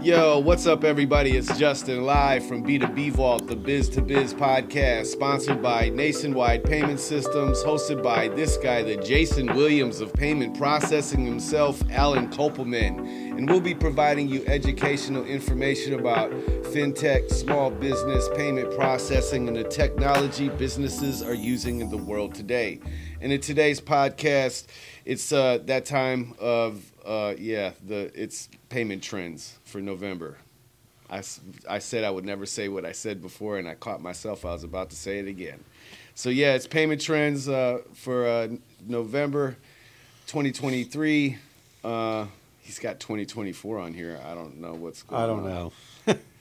Yo, what's up, everybody? It's Justin live from B2B Vault, the Biz to Biz podcast, sponsored by Nationwide Payment Systems, hosted by this guy, the Jason Williams of payment processing himself, Alan Kopelman. And we'll be providing you educational information about fintech, small business, payment processing, and the technology businesses are using in the world today. And in today's podcast, it's uh, that time of uh, yeah, the it's payment trends for November. I, s- I said I would never say what I said before, and I caught myself. I was about to say it again. So yeah, it's payment trends uh, for uh, November 2023. Uh, he's got 2024 on here. I don't know what's going I don't on. know.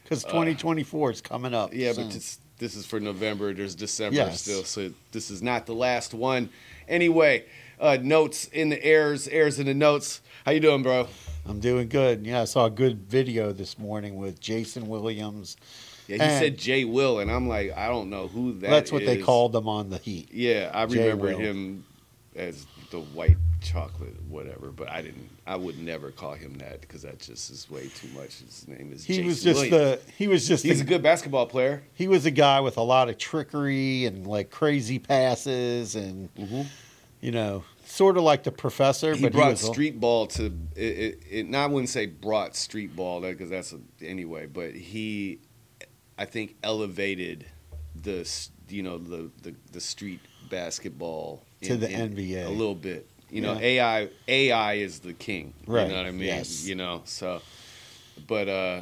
Because 2024 is coming up. Yeah, soon. but this, this is for November. There's December Yes. still, so this is not the last one. Anyway, uh, notes in the airs, airs in the notes. How you doing, bro? I'm doing good. Yeah, I saw a good video this morning with Jason Williams. Yeah, he And- said Jay Will, and I'm like, I don't know who that That's what they is. called him on the heat. Yeah, I Jay remember Will. him as the white chocolate, whatever. But I didn't. I would never call him that because that just is way too much. His name is. He Jason was just Williams. the he was just He's the- a good basketball player. he was a guy with a lot of trickery and like crazy passes and you know sort of like the professor. Mm-hmm. He but he brought was a- street ball to it, it, it. And I wouldn't say brought street ball because that's a, anyway. But he, I think, elevated the s- you know the the, the street basketball To the NBA. a little bit. You know, Yeah. AI AI is the king. Right, You know what I mean? yes. You know, so but uh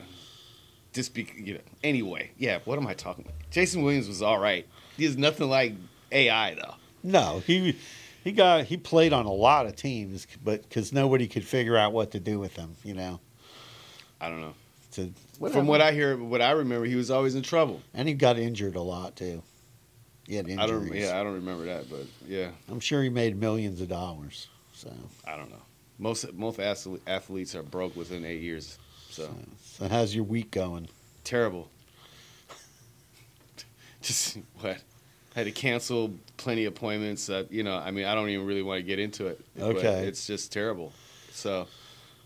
just be you know anyway, yeah, what am I talking about? Jason Williams was all right. He's nothing like AI though. no he. He got he played on a lot of teams, but because nobody could figure out what to do with him, you know. I don't know. To, From what I hear what I remember, he was always in trouble. and he got injured a lot too. He had I injuries. don't yeah, I don't remember that, but yeah, I'm sure he made millions of dollars. So, I don't know. Most most athle- athletes are broke within 8 years. So so how's your week going? terrible. Just what? I had to cancel plenty of appointments. That, you know, I mean, I don't even really want to get into it. but Okay. it's just terrible. So,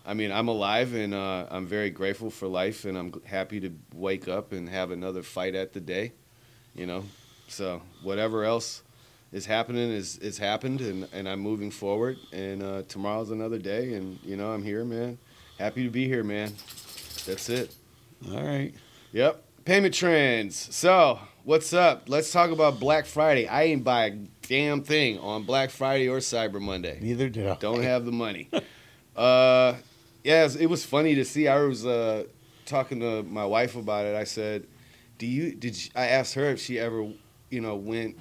I mean, I'm alive and uh, I'm very grateful for life, and I'm g- happy to wake up and have another fight at the day. You know, so whatever else is happening is is happened, and and I'm moving forward. And uh, tomorrow's another day, and you know, I'm here, man. Happy to be here, man. That's it. All right. Yep. Payment trends. So, what's up? Let's talk about Black Friday. I ain't buy a damn thing on Black Friday or Cyber Monday. Neither did I. Don't have the money. uh, yeah, it was funny to see. I was uh, talking to my wife about it. I said, "Do you did?" You, I asked her if she ever, you know, went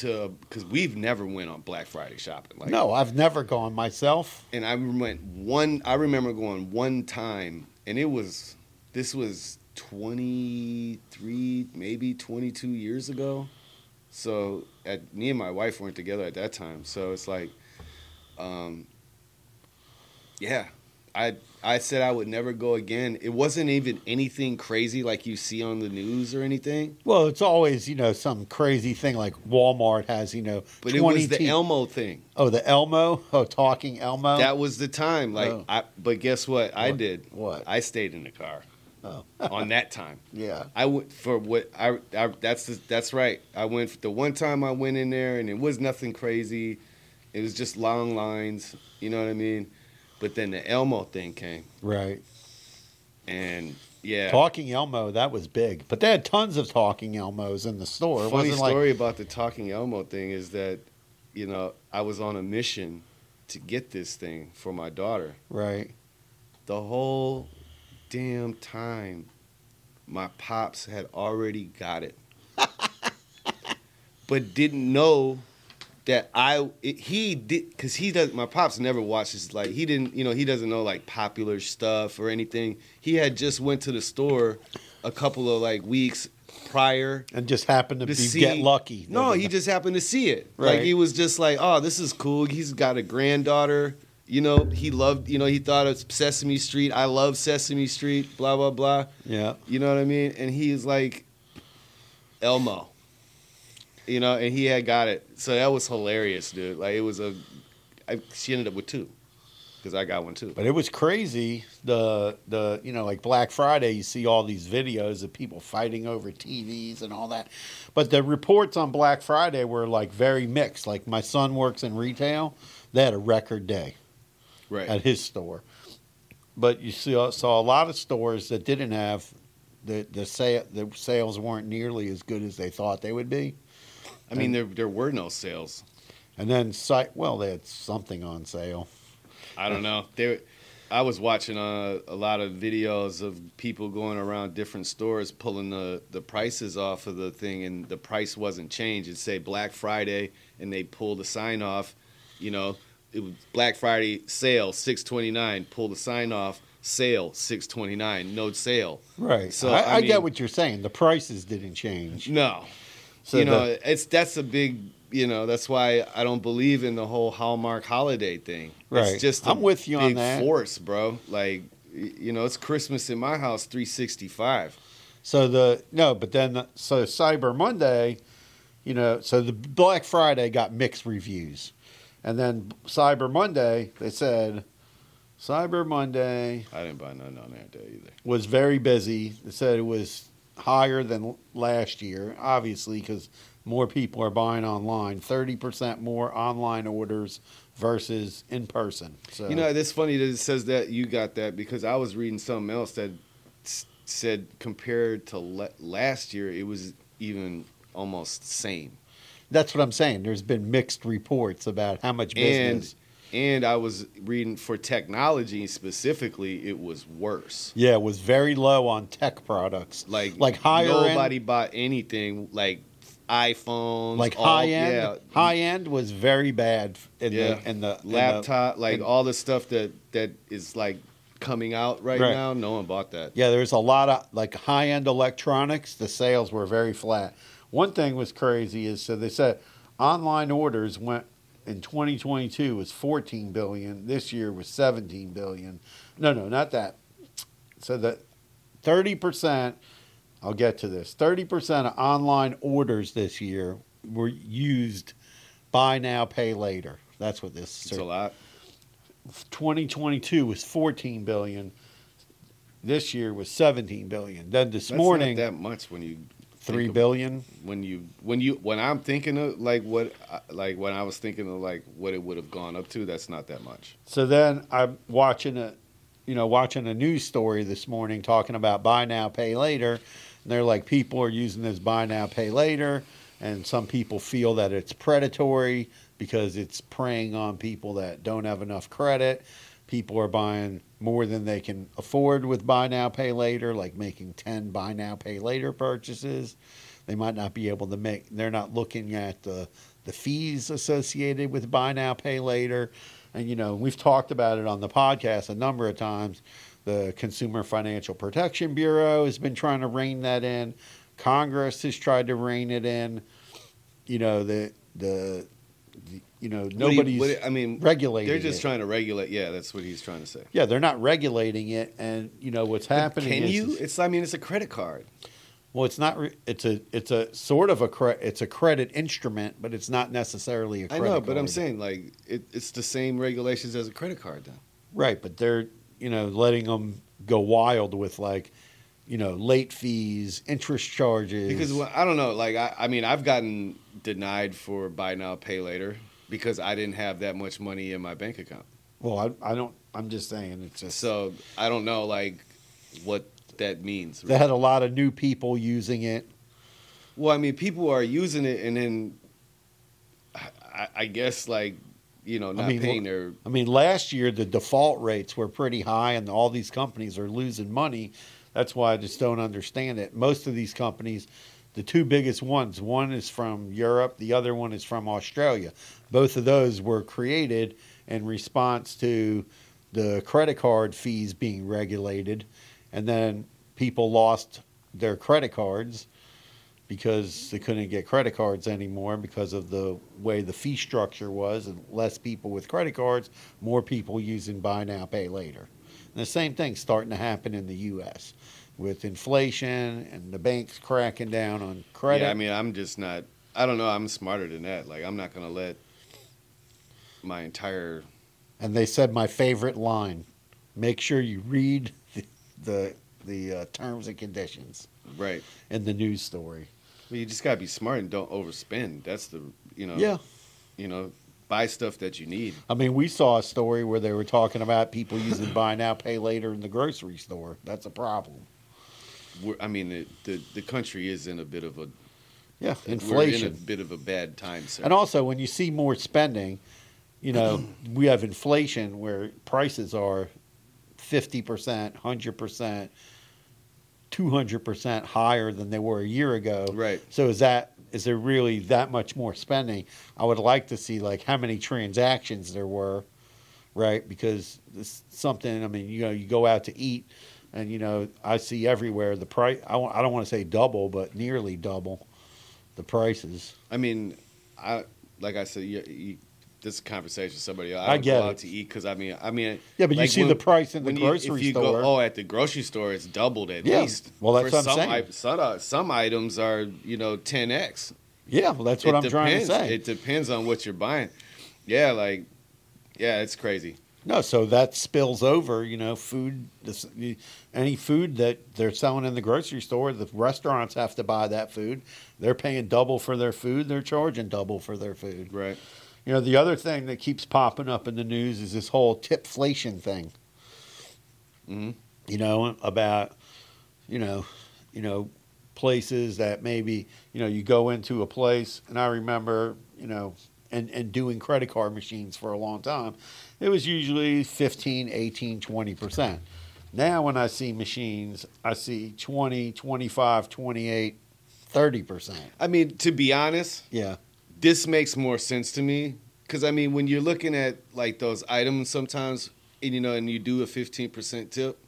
to because we've never went on Black Friday shopping. Like, no, I've never gone myself. and I went one. I remember going one time, and it was this was twenty three, maybe twenty two years ago. So at me and my wife weren't together at that time. So it's like, um, yeah, I I said I would never go again. It wasn't even anything crazy like you see on the news or anything. Well, it's always you know some crazy thing like Walmart has you know But 20 it was the te- Elmo thing. oh the Elmo oh talking Elmo That was the time. Like, Oh. I, but guess what? I What? did. What? I stayed in the car oh on that time. yeah I went for what I, I that's the, that's right. I went the one time I went in there and it was nothing crazy. It was just long lines, you know what I mean? But then the Elmo thing came right and yeah. talking Elmo that was big but they had tons of talking Elmos in the store. It Funny wasn't like- story about the talking Elmo thing is that you know, I was on a mission to get this thing for my daughter. right The whole damn time my pops had already got it. but didn't know that I it, he did cuz he does my pops never watches like he didn't you know he doesn't know like popular stuff or anything. He had just went to the store a couple of like weeks prior and just happened to, to be, see get lucky. No, They he didn't- just happened to see it. Like Right. he was just like, "Oh, this is cool. He's got a granddaughter." You know, he loved, you know, he thought of Sesame Street. I love Sesame Street, blah blah blah. yeah You know what I mean? And he's like Elmo. You know, and he had got it. So that was hilarious, dude. Like it was a I, she ended up with two. because I got one too. But it was crazy. The the you know like Black Friday, you see all these videos of people fighting over TVs and all that. But the reports on Black Friday were like very mixed. Like my son works in retail, they had a record day Right. at his store. But you see, uh, saw a lot of stores that didn't have the the sale. The sales weren't nearly as good as they thought they would be. I mean, there there were no sales. And then site, well, they had something on sale. I don't know. They, I was watching uh, a lot of videos of people going around different stores pulling the, the prices off of the thing, and the price wasn't changed. It'd say Black Friday, and they pull the sign off. You know, it was Black Friday sale six twenty nine. Pull the sign off. Sale six twenty nine. No sale. Right. So, So I, I I, get mean- what you're saying. The prices didn't change. No. So you know, the- it's that's a big. You know, that's why I don't believe in the whole Hallmark holiday thing. Right. It's just i I'm with you on big that. force, bro. Like, y- you know, it's Christmas in my house 365. So the no, but then so Cyber Monday, you know, so the Black Friday got mixed reviews, and then Cyber Monday they said Cyber Monday I didn't buy none on that day either. was very busy. They said it was higher than last year, obviously, because more people are buying online. Thirty percent more online orders versus in person. So You know, it's funny that it says that you got that because I was reading something else that s- said compared to le- last year, it was even almost same. that's what I'm saying. There's been mixed reports about how much And business. and I was reading for technology specifically, it was worse. yeah, it was very low on tech products. Like like higher nobody end, bought anything like iPhones, like uh, all- high end. yeah, High end was very bad in Yeah. the in the in the- laptop, like and- all the stuff that that is like coming out right, Right. now. No one bought that. Yeah, there's a lot of like high end electronics. The sales were very flat. One thing was crazy is so they said online orders went in 2022 was 14 billion. This year was 17 billion. No, no, not that. So that 30 percent. I'll get to this. 30 percent of online orders this year were used buy now, pay later. That's what this. It's a lot. 2022 was 14 billion. This year was 17 billion. Then this That's morning, not that much when you three think of- billion. when you when you when I'm thinking of like what I- like when I was thinking of like what it would have gone up to. That's not that much. So then I'm watching a, you know, watching a news story this morning talking about buy now, pay later. And they're like, people are using this buy now, pay later, and some people feel that it's predatory because it's preying on people that don't have enough credit. People are buying more than they can afford with buy now, pay later, like making ten buy now, pay later purchases. They might not be able to make. They're not looking at the the fees associated with buy now, pay later and you know we've talked about it on the podcast a number of times the consumer financial protection bureau has been trying to rein that in congress has tried to rein it in you know the the, the- you know What do you- nobody's what do- I mean, regulating they're just it. trying to regulate. Yeah, that's what he's trying to say. yeah they're not regulating it and you know what's happening Can is- you? is- It's I mean, it's a credit card. well it's not re- it's a it's a sort of a cre- it's a credit instrument but it's not necessarily a I credit know, but I'm card. saying like it, it's the same regulations as a credit card. Then Right, but they're you know letting them go wild with like you know late fees, interest charges. Because well, I don't know, like I, I mean, I've gotten denied for buy now, pay later because I didn't have that much money in my bank account. well, I, I don't. I'm just saying it's just So I don't know, like what that means. they had a lot of new people using it. Well, I mean, people are using it, and then I- I, I guess like you know not mean, paying what- their I mean, last year the default rates were pretty high, and all these companies are losing money. That's why I just don't understand it. Most of these companies, the two biggest ones, one is from Europe, the other one is from Australia. Both of those were created in response to the credit card fees being regulated, and then people lost their credit cards because they couldn't get credit cards anymore because of the way the fee structure was and less people with credit cards, more people using buy now, pay later. And the same thing's starting to happen in the US with inflation and the banks cracking down on credit. Yeah, I mean, I'm just not. I don't know. I'm smarter than that. Like, I'm not gonna let my entire and they said my favorite line: "Make sure you read the the, the uh, terms and conditions Right. in the news story." Well, you just gotta be smart and don't overspend. That's the you know. Yeah, You know, buy stuff that you need. I mean, we saw a story where they were talking about people using buy now, pay later in the grocery store. That's a problem. We're, I mean, the, the the country is in a bit of a Yeah, We're inflation. in a bit of a bad time. Sir. And also, when you see more spending, you know, we have inflation where prices are 50%, 100%, 200% higher than they were a year ago. Right. So is that is there really that much more spending? I would like to see like how many transactions there were, right? Because it's something I mean, you know, you go out to eat and you know, I see everywhere the price I w- I don't want to say double, but nearly double the prices. I mean, I like I said, you, you, this is a conversation with somebody. else. I, I don't get go out it. to eat because I mean, I mean, Yeah, but you like see the price in the when you- grocery if you store. Go, oh, at the grocery store, it's doubled at Yeah. least. Well, that's For what I'm some, saying. I- some, uh, some items are you know ten x. yeah, well, that's what I'm trying to say. It depends on what you're buying. Yeah, like yeah, it's crazy. No, so that spills over, you know, food, this, you- any food that they're selling in the grocery store, the restaurants have to buy that food. They're paying double for their food, they're charging double for their food. Right. You know, the other thing that keeps popping up in the news is this whole tipflation thing. Mhm. You know, about, you know, you know, places that maybe, you know, you go into a place and I remember, you know, and, and doing credit card machines for a long time, it was usually 15, 18, 20%. Now when I see machines, I see 20, 25, 28, 30%. I mean, to be honest, Yeah. this makes more sense to me because I mean, when you're looking at like those items sometimes, and you know, and you do a fifteen percent tip,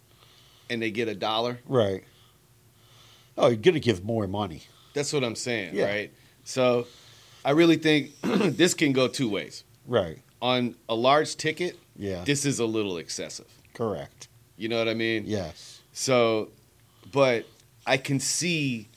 and they get a dollar. Right. Oh, you're going to give more money. That's what I'm saying, Yeah. right? So, I really think this can go two ways. Right. On a large ticket, Yeah. this is a little excessive. correct. You know what I mean? Yes. So, but I can see.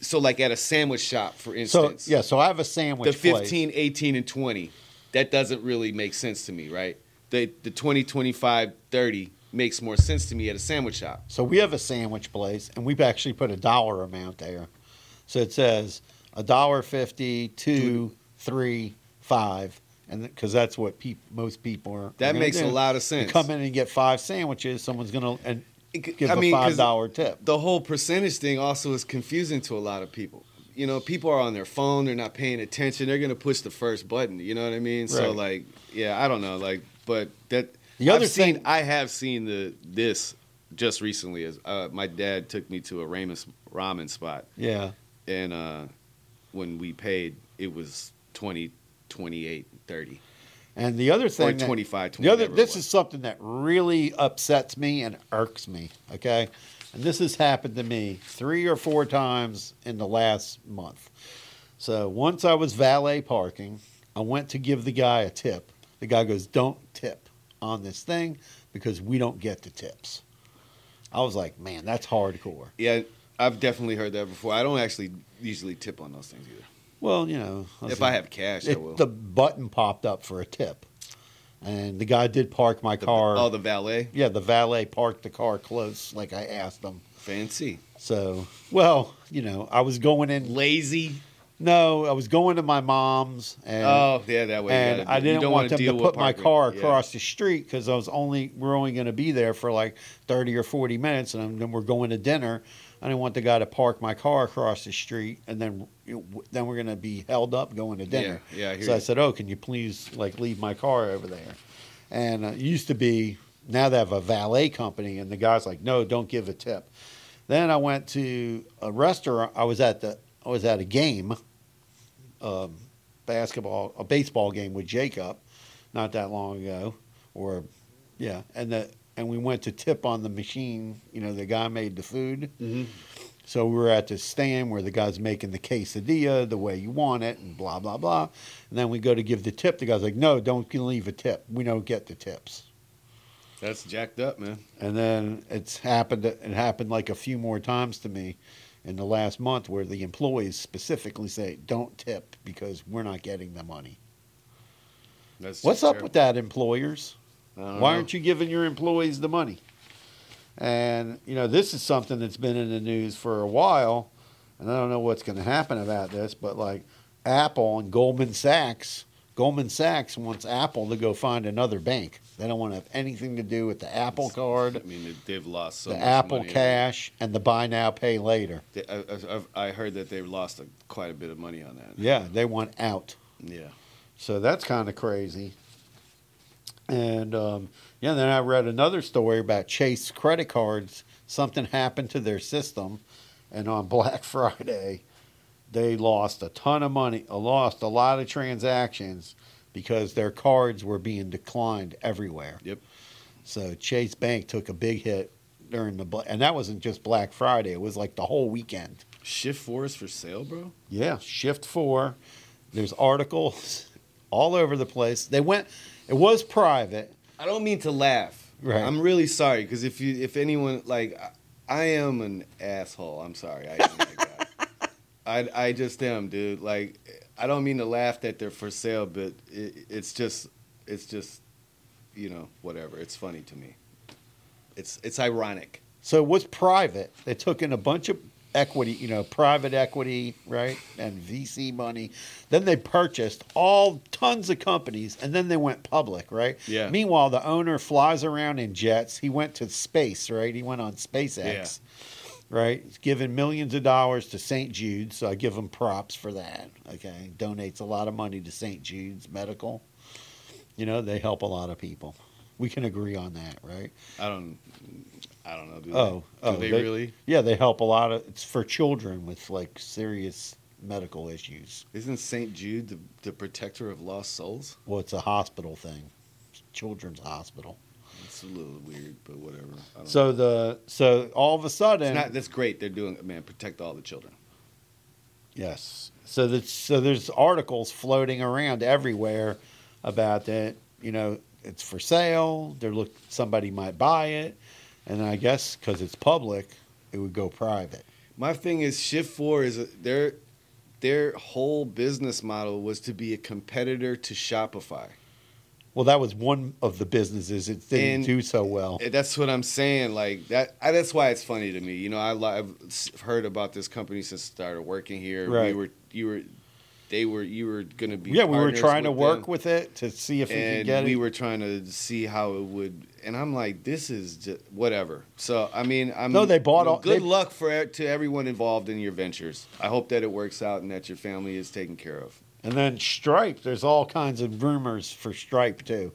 So, like at a sandwich shop, for So instance, yeah, so I have a sandwich the place. 15 18 and 20 that doesn't really make sense to me right the the 20 25 30 makes more sense to me at a sandwich shop So we have a sandwich place, and we've actually put a dollar amount there. So it says a dollar fifty, two, three, five, and because that's what peop most people are. are that gonna makes do. a lot of You sense come in and get five sandwiches. Someone's gonna and It c- give I a mean, 'cause five dollar tip. the whole percentage thing also is confusing to a lot of people you know people are on their phone they're not paying attention they're going to push the first button you know what i mean so Right. like yeah i don't know like but that The other I've seen thing- i have seen the this just recently is uh, my dad took me to a ramen ramen spot Yeah. and uh, when we paid, it was 20, 28, 30. And the other thing, that- 25, the other, 20, this whatever it is something that really upsets me and irks me. Okay, and this has happened to me three or four times in the last month. So once I was valet parking, I went to give the guy a tip. The guy goes, "Don't tip on this thing because we don't get the tips." I was like, "Man, that's hardcore." Yeah, I've definitely heard that before. I don't actually usually tip on those things either. Well, you know, was if I like- have cash, I will. it, the button popped up for a tip, and the guy did park my car. Oh, the valet? Yeah, the valet parked the car close, like I asked them. Fancy. So, well, you know, I was going in. Lazy. No, I was going to my mom's, and oh, yeah, that way. you and gotta I do- didn't you don't want wanna them to deal with put my parking. car Yeah. across the street because I was only we're only going to be there for like thirty or forty minutes, and then we're going to dinner. I didn't want the guy to park my car across the street, and then then we're going to be held up going to dinner. Yeah, yeah, I hear so I you. said, "Oh, can you please like leave my car over there?" And uh, it used to be now they have a valet company, and the guy's like, "No, don't give a tip." Then I went to a restaurant. I was at the I was at a game, um, basketball, a baseball game with Jacob, not that long ago, or yeah, and the and we went to tip on the machine. You know, the guy made the food. Mhm. So we were at this stand where the guy's making the quesadilla the way you want it, and blah blah blah. And then we go to give the tip. The guy's like, "No, don't leave a tip. We don't get the tips." That's jacked up, man. And then it's happened. It happened like a few more times to me in the last month, where the employees specifically say, "Don't tip because we're not getting the money." That's What's just up terrible. with that, employers? I don't Why know. aren't you giving your employees the money? And you know, this is something that's been in the news for a while, and I don't know what's going to happen about this, but like Apple and Goldman Sachs, Goldman Sachs wants Apple to go find another bank. They don't want to have anything to do with the Apple I Card, mean, they- they've lost so the much Apple money. Cash, and the buy now pay later. They- I, I, I've- I heard that they've lost a, quite a bit of money on that. Yeah, they want out. Yeah. So that's kind of crazy. And um, yeah, then I read another story about Chase credit cards. Something happened to their system, and on Black Friday, they lost a ton of money, uh, lost a lot of transactions because their cards were being declined everywhere. Yep. So Chase Bank took a big hit during the, bla- and that wasn't just Black Friday. It was like the whole weekend. Shift four is for sale, bro. Yeah, shift four. There's articles all over the place. They went. It was private. I don't mean to laugh. Right. I'm really sorry because if you, if anyone like, I, I am an asshole. I'm sorry. I, am like that. I, I just am, dude. Like, I don't mean to laugh that they're for sale, but it, it's just, it's just, you know, whatever. It's funny to me. It's it's ironic. So it was private. They took in a bunch of equity, you know, private equity, right, and VC money. Then they purchased all tons of companies, and then they went public, right? Yeah. Meanwhile, the owner flies around in jets. He went to space, right? He went on SpaceX. Yeah. Right, he's given millions of dollars to St. Jude, so I give him props for that. Okay, donates a lot of money to St. Jude's Medical. You know, they help a lot of people. We can agree on that, right? I don't, I don't know. Do Oh, they, oh, do they, they- really? Yeah, they help a lot of. It's for children with like serious medical issues. Isn't Saint Jude the, the protector of lost souls? Well, it's a hospital thing, children's hospital. It's a little weird, but whatever. I don't know. So the so all of a It's sudden, not, that's great. They're doing man. Protect all the children. yes. So that so there's articles floating around everywhere about that. You know, it's for sale. There look somebody might buy it, and I guess because it's public, it would go private. My thing is Shift Four is a, their their whole business model was to be a competitor to Shopify. Well, that was one of the businesses. It didn't And- do so well. Eh, That's what I'm saying. Like that. I, that's why it's funny to me. You know, I, li- I've s- heard about this company since I started working here. We Right. were you were they were you were going to be yeah, we were partners trying to with work them. with it to see if we could and get we it. were trying to see how it would. And I'm like, this is just whatever. So I mean, I'm No, they bought all- Good they- luck for e, to everyone involved in your ventures. I hope that it works out and that your family is taken care of. and then Stripe, there's all kinds of rumors for Stripe too.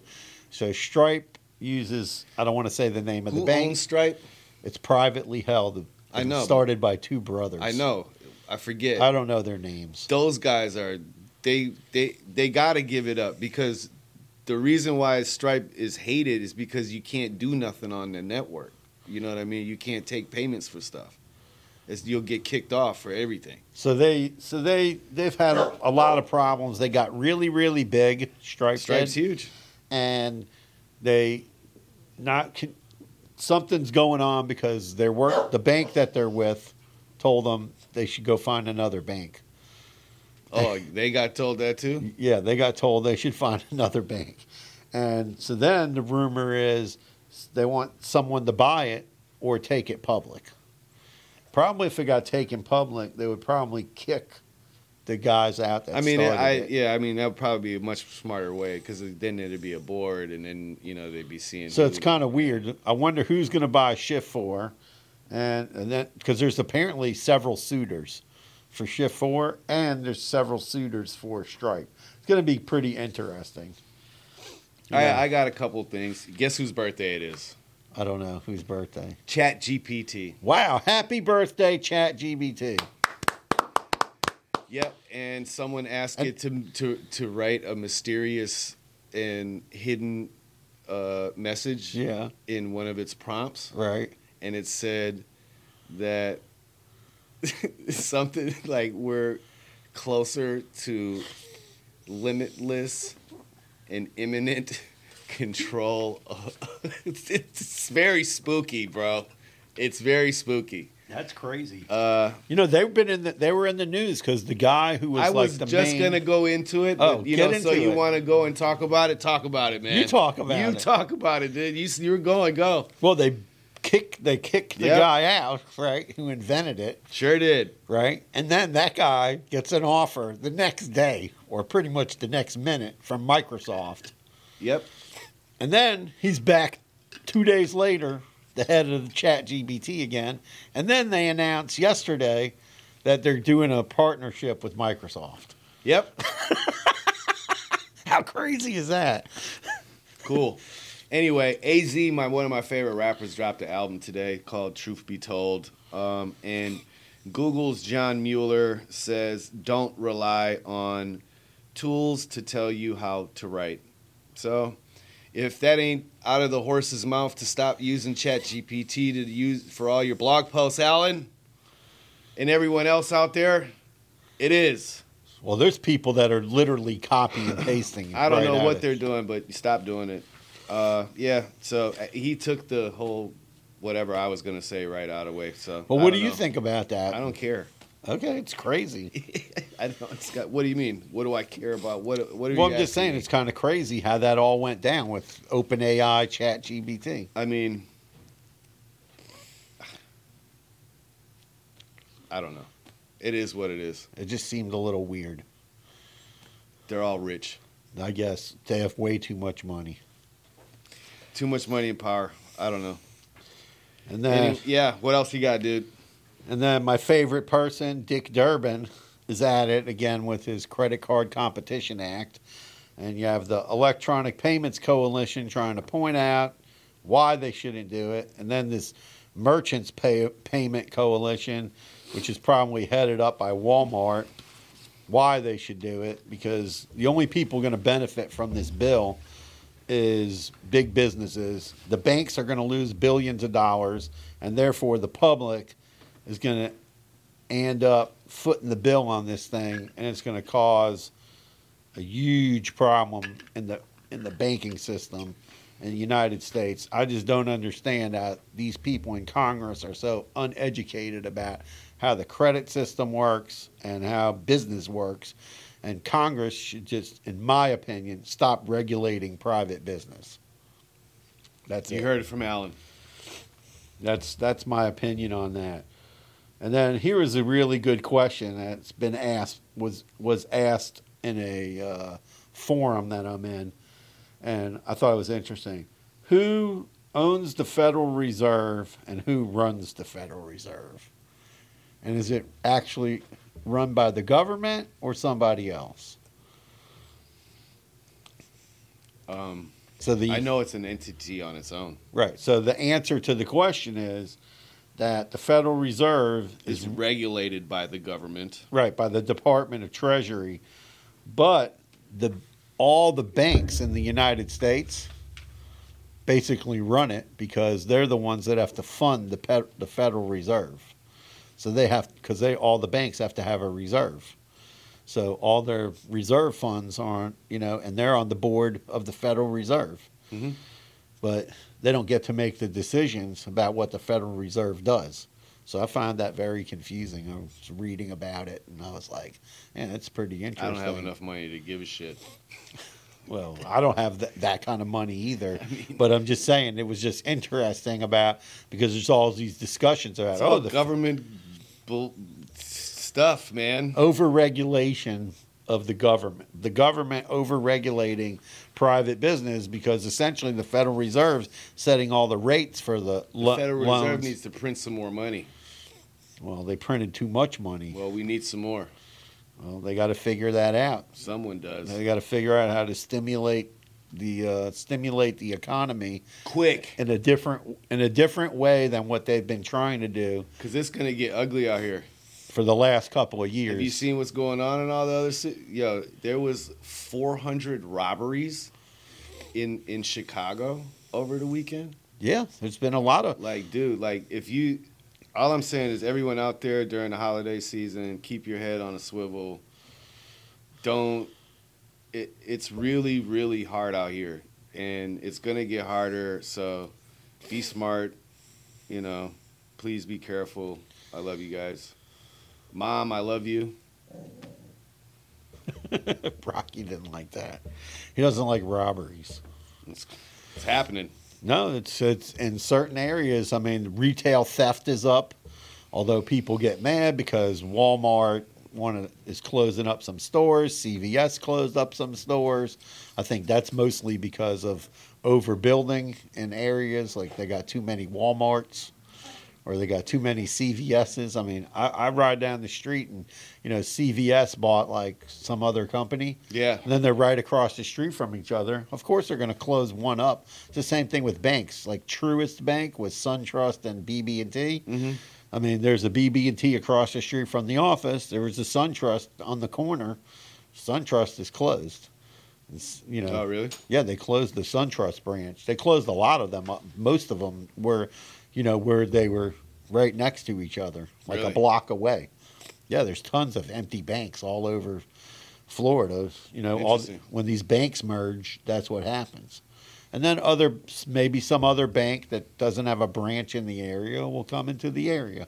So Stripe uses I don't want to say the name of Who the bank. owns Stripe? it's privately held. It I was know, but- Started by two brothers. I know. I forget. I don't know their names. Those guys are they they they got to give it up because the reason why Stripe is hated is because you can't do nothing on the network. You know what I mean? You can't take payments for stuff. It's, you'll get kicked off for everything. So they so they they've had a, a lot of problems. They got really really big. Stripe Stripe's did, huge. and they not con- something's going on because their work the bank that they're with told them they should go find another bank. Oh, they got told that too. Yeah, they got told they should find another bank. And so then the rumor is they want someone to buy it or take it public. Probably if it got taken public, they would probably kick the guys out that I mean, started I it. yeah, I mean that would probably be a much smarter way because then it'd be a board, and then you know they'd be seeing. So it's who- kind of weird. I wonder who's going to buy Shift Four, and and then because there's apparently several suitors for Shift Four, and there's several suitors for Stripe. It's going to be pretty interesting. Yeah. I, I got a couple things. Guess whose birthday it is? I don't know whose birthday. Chat GPT. Wow! Happy birthday, Chat GBT. Yep, and someone asked it to to to write a mysterious and hidden uh, message Yeah. in one of its prompts, Right. and it said that something like we're closer to limitless and imminent control. of- it's, it's very spooky, bro. It's very spooky. That's crazy. Uh, You know they've been in the, they were in the news because the guy who was I like was the just main- gonna go into it. Oh, but, you get know, so into you it. want to go and talk about it? Talk about it, man. You talk about you it. talk about it, dude. You s- you were going go. well they kick they kicked the Yep. guy out right who invented it Sure did. right and then that guy gets an offer the next day or pretty much the next minute from Microsoft Yep. and then he's back two days later the head of the chat GBT again and then they announced yesterday that they're doing a partnership with Microsoft Yep. how crazy is that Cool. Anyway, AZ, my one of my favorite rappers, dropped an album today called Truth Be Told. Um, and Google's John Mueller says, "Don't rely on tools to tell you how to write." So, if that ain't out of the horse's mouth to stop using ChatGPT to use for all your blog posts, Alan, and everyone else out there, it is. well there's people that are literally copying and pasting I don't right know out what of- they're doing, but stop doing it. Uh, yeah. So uh, he took the whole whatever I was gonna say right out of way. So. Well, I what don't do you know. think about that? I don't care. Okay, it's crazy. I don't. It's got, what do you mean? What do I care about? What? What are Well, you I'm asking just saying me? it's kind of crazy how that all went down with OpenAI, ChatGPT. I mean. I don't know. It is what it is. It just seemed a little weird. They're all rich. I guess they have way too much money. Too much money and power. I don't know. And then, Any- yeah. What else you got, dude? and then my favorite person, Dick Durbin, is at it again with his Credit Card Competition Act. And you have the Electronic Payments Coalition trying to point out why they shouldn't do it. And then this Merchants Pay- Payment Coalition, which is probably headed up by Walmart, why they should do it. Because the only people going to benefit from this bill is big businesses. The banks are going to lose billions of dollars, and therefore the public is going to end up footing the bill on this thing, and it's going to cause a huge problem in the in the banking system in the United States. I just don't understand how these people in Congress are so uneducated about how the credit system works and how business works. And Congress should just, in my opinion, stop regulating private business. That's You it. heard it from Alan. That's that's my opinion on that. And then here is a really good question that's been asked was was asked in a uh, forum that I'm in, and I thought it was interesting. Who owns the Federal Reserve and who runs the Federal Reserve? And is it actually run by the government or somebody else? Um, So the I know it's an entity on its own. right. So the answer to the question is that the Federal Reserve It's is regulated by the government. right by the Department of Treasury, but the all the banks in the United States basically run it because they're the ones that have to fund the pe- the Federal Reserve. So they have because they all the banks have to have a reserve. So all their reserve funds aren't you know, and they're on the board of the Federal Reserve, Mhm. but they don't get to make the decisions about what the Federal Reserve does. So I find that very confusing. I was reading about it and I was like, "Yeah, that's pretty I interesting." don't have enough money to give a shit. Well, I don't have that, that kind of money either, but I'm just saying it was just interesting about because there's all these discussions about It's oh all the government bull- stuff, man. overregulation of the government, the government overregulating private business because essentially the Federal Reserve's setting all the rates for the, lo- the Federal loans. Reserve needs to print some more money. well, they printed too much money. Well, Well, we need some more. they got to figure that out. Someone does. They got to figure out how to stimulate the uh, stimulate the economy Quick, in a different in a different way than what they've been trying to do because it's going to get ugly out here. for the last couple of years. Have you seen what's going on in all the other cities? Yo, there was 400 robberies in in Chicago over the weekend. yeah, there's been a lot of Like, dude, like if you, all I'm saying is everyone out there during the holiday season, keep your head on a swivel. Don't. It, it's really really hard out here, and it's gonna get harder. So, be smart. You know, Please be careful. I love you guys. Mom, I love you. Rocky didn't like that. He doesn't like robberies. It's, it's happening. No, it's it's in certain areas. I mean, retail theft is up, although people get mad because Walmart one is closing up some stores. CVS closed up some stores. I think that's mostly because of overbuilding in areas like they got too many WalMarts or they got too many CVSs. I mean, I, I ride down the street and you know CVS bought like some other company. Yeah. And then they're right across the street from each other. Of course, they're going to close one up. It's the same thing with banks, like Truist Bank with SunTrust and BB and T. Mm-hmm. I mean, there's a BB&T across the street from the office. There was a SunTrust on the corner. SunTrust is closed. It's, you know, Oh, really? yeah, they closed the SunTrust branch. They closed a lot of them. Uh, Most of them were, you know, where they were right next to each other, like Really? a block away. Yeah, there's tons of empty banks all over Florida. You know, all Interesting. when these banks merge, that's what happens. And then other, maybe some other bank that doesn't have a branch in the area will come into the area,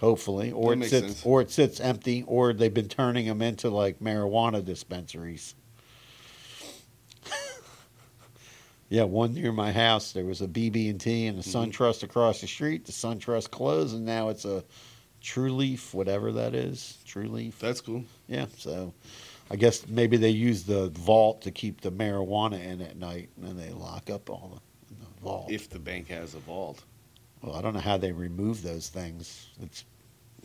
hopefully, or That it makes sits, sense. or it sits empty, or they've been turning them into like marijuana dispensaries. Yeah, one near my house. There was a BB and T Mm-hmm. and a SunTrust across the street. The SunTrust closed, and now it's a True Leaf, whatever that is. True Leaf. That's cool. yeah. So, I guess maybe they use the vault to keep the marijuana in at night, and then they lock up all the, the vault. If the bank has a vault, well, I don't know how they remove those things. It's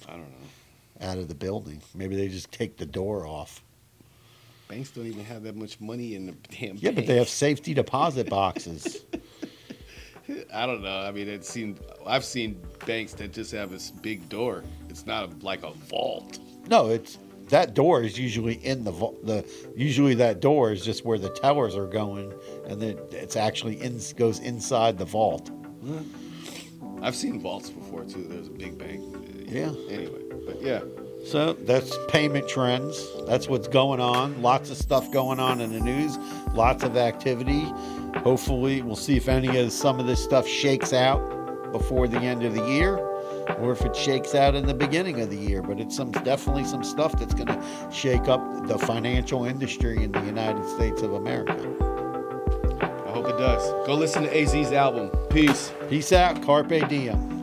I don't know. out of the building. Maybe they just take the door off. Banks don't even have that much money in the damn. Yeah, but bank. they have safety deposit boxes. I don't know. I mean, it seemed I've seen banks that just have this big door. It's not like a vault. No, it's that door is usually in the vault. The usually that door is just where the towers are going, and then it's actually in goes inside the vault. I've seen vaults before too. There's a big bank. Yeah. Anyway, but yeah, So that's payment trends. That's what's going on. Lots of stuff going on in the news. Lots of activity. Hopefully, we'll see if any of some of this stuff shakes out before the end of the year, or if it shakes out in the beginning of the year. But it's some definitely some stuff that's going to shake up the financial industry in the United States of America. I hope it does. Go listen to AZ's album. Peace. Peace out. Carpe diem.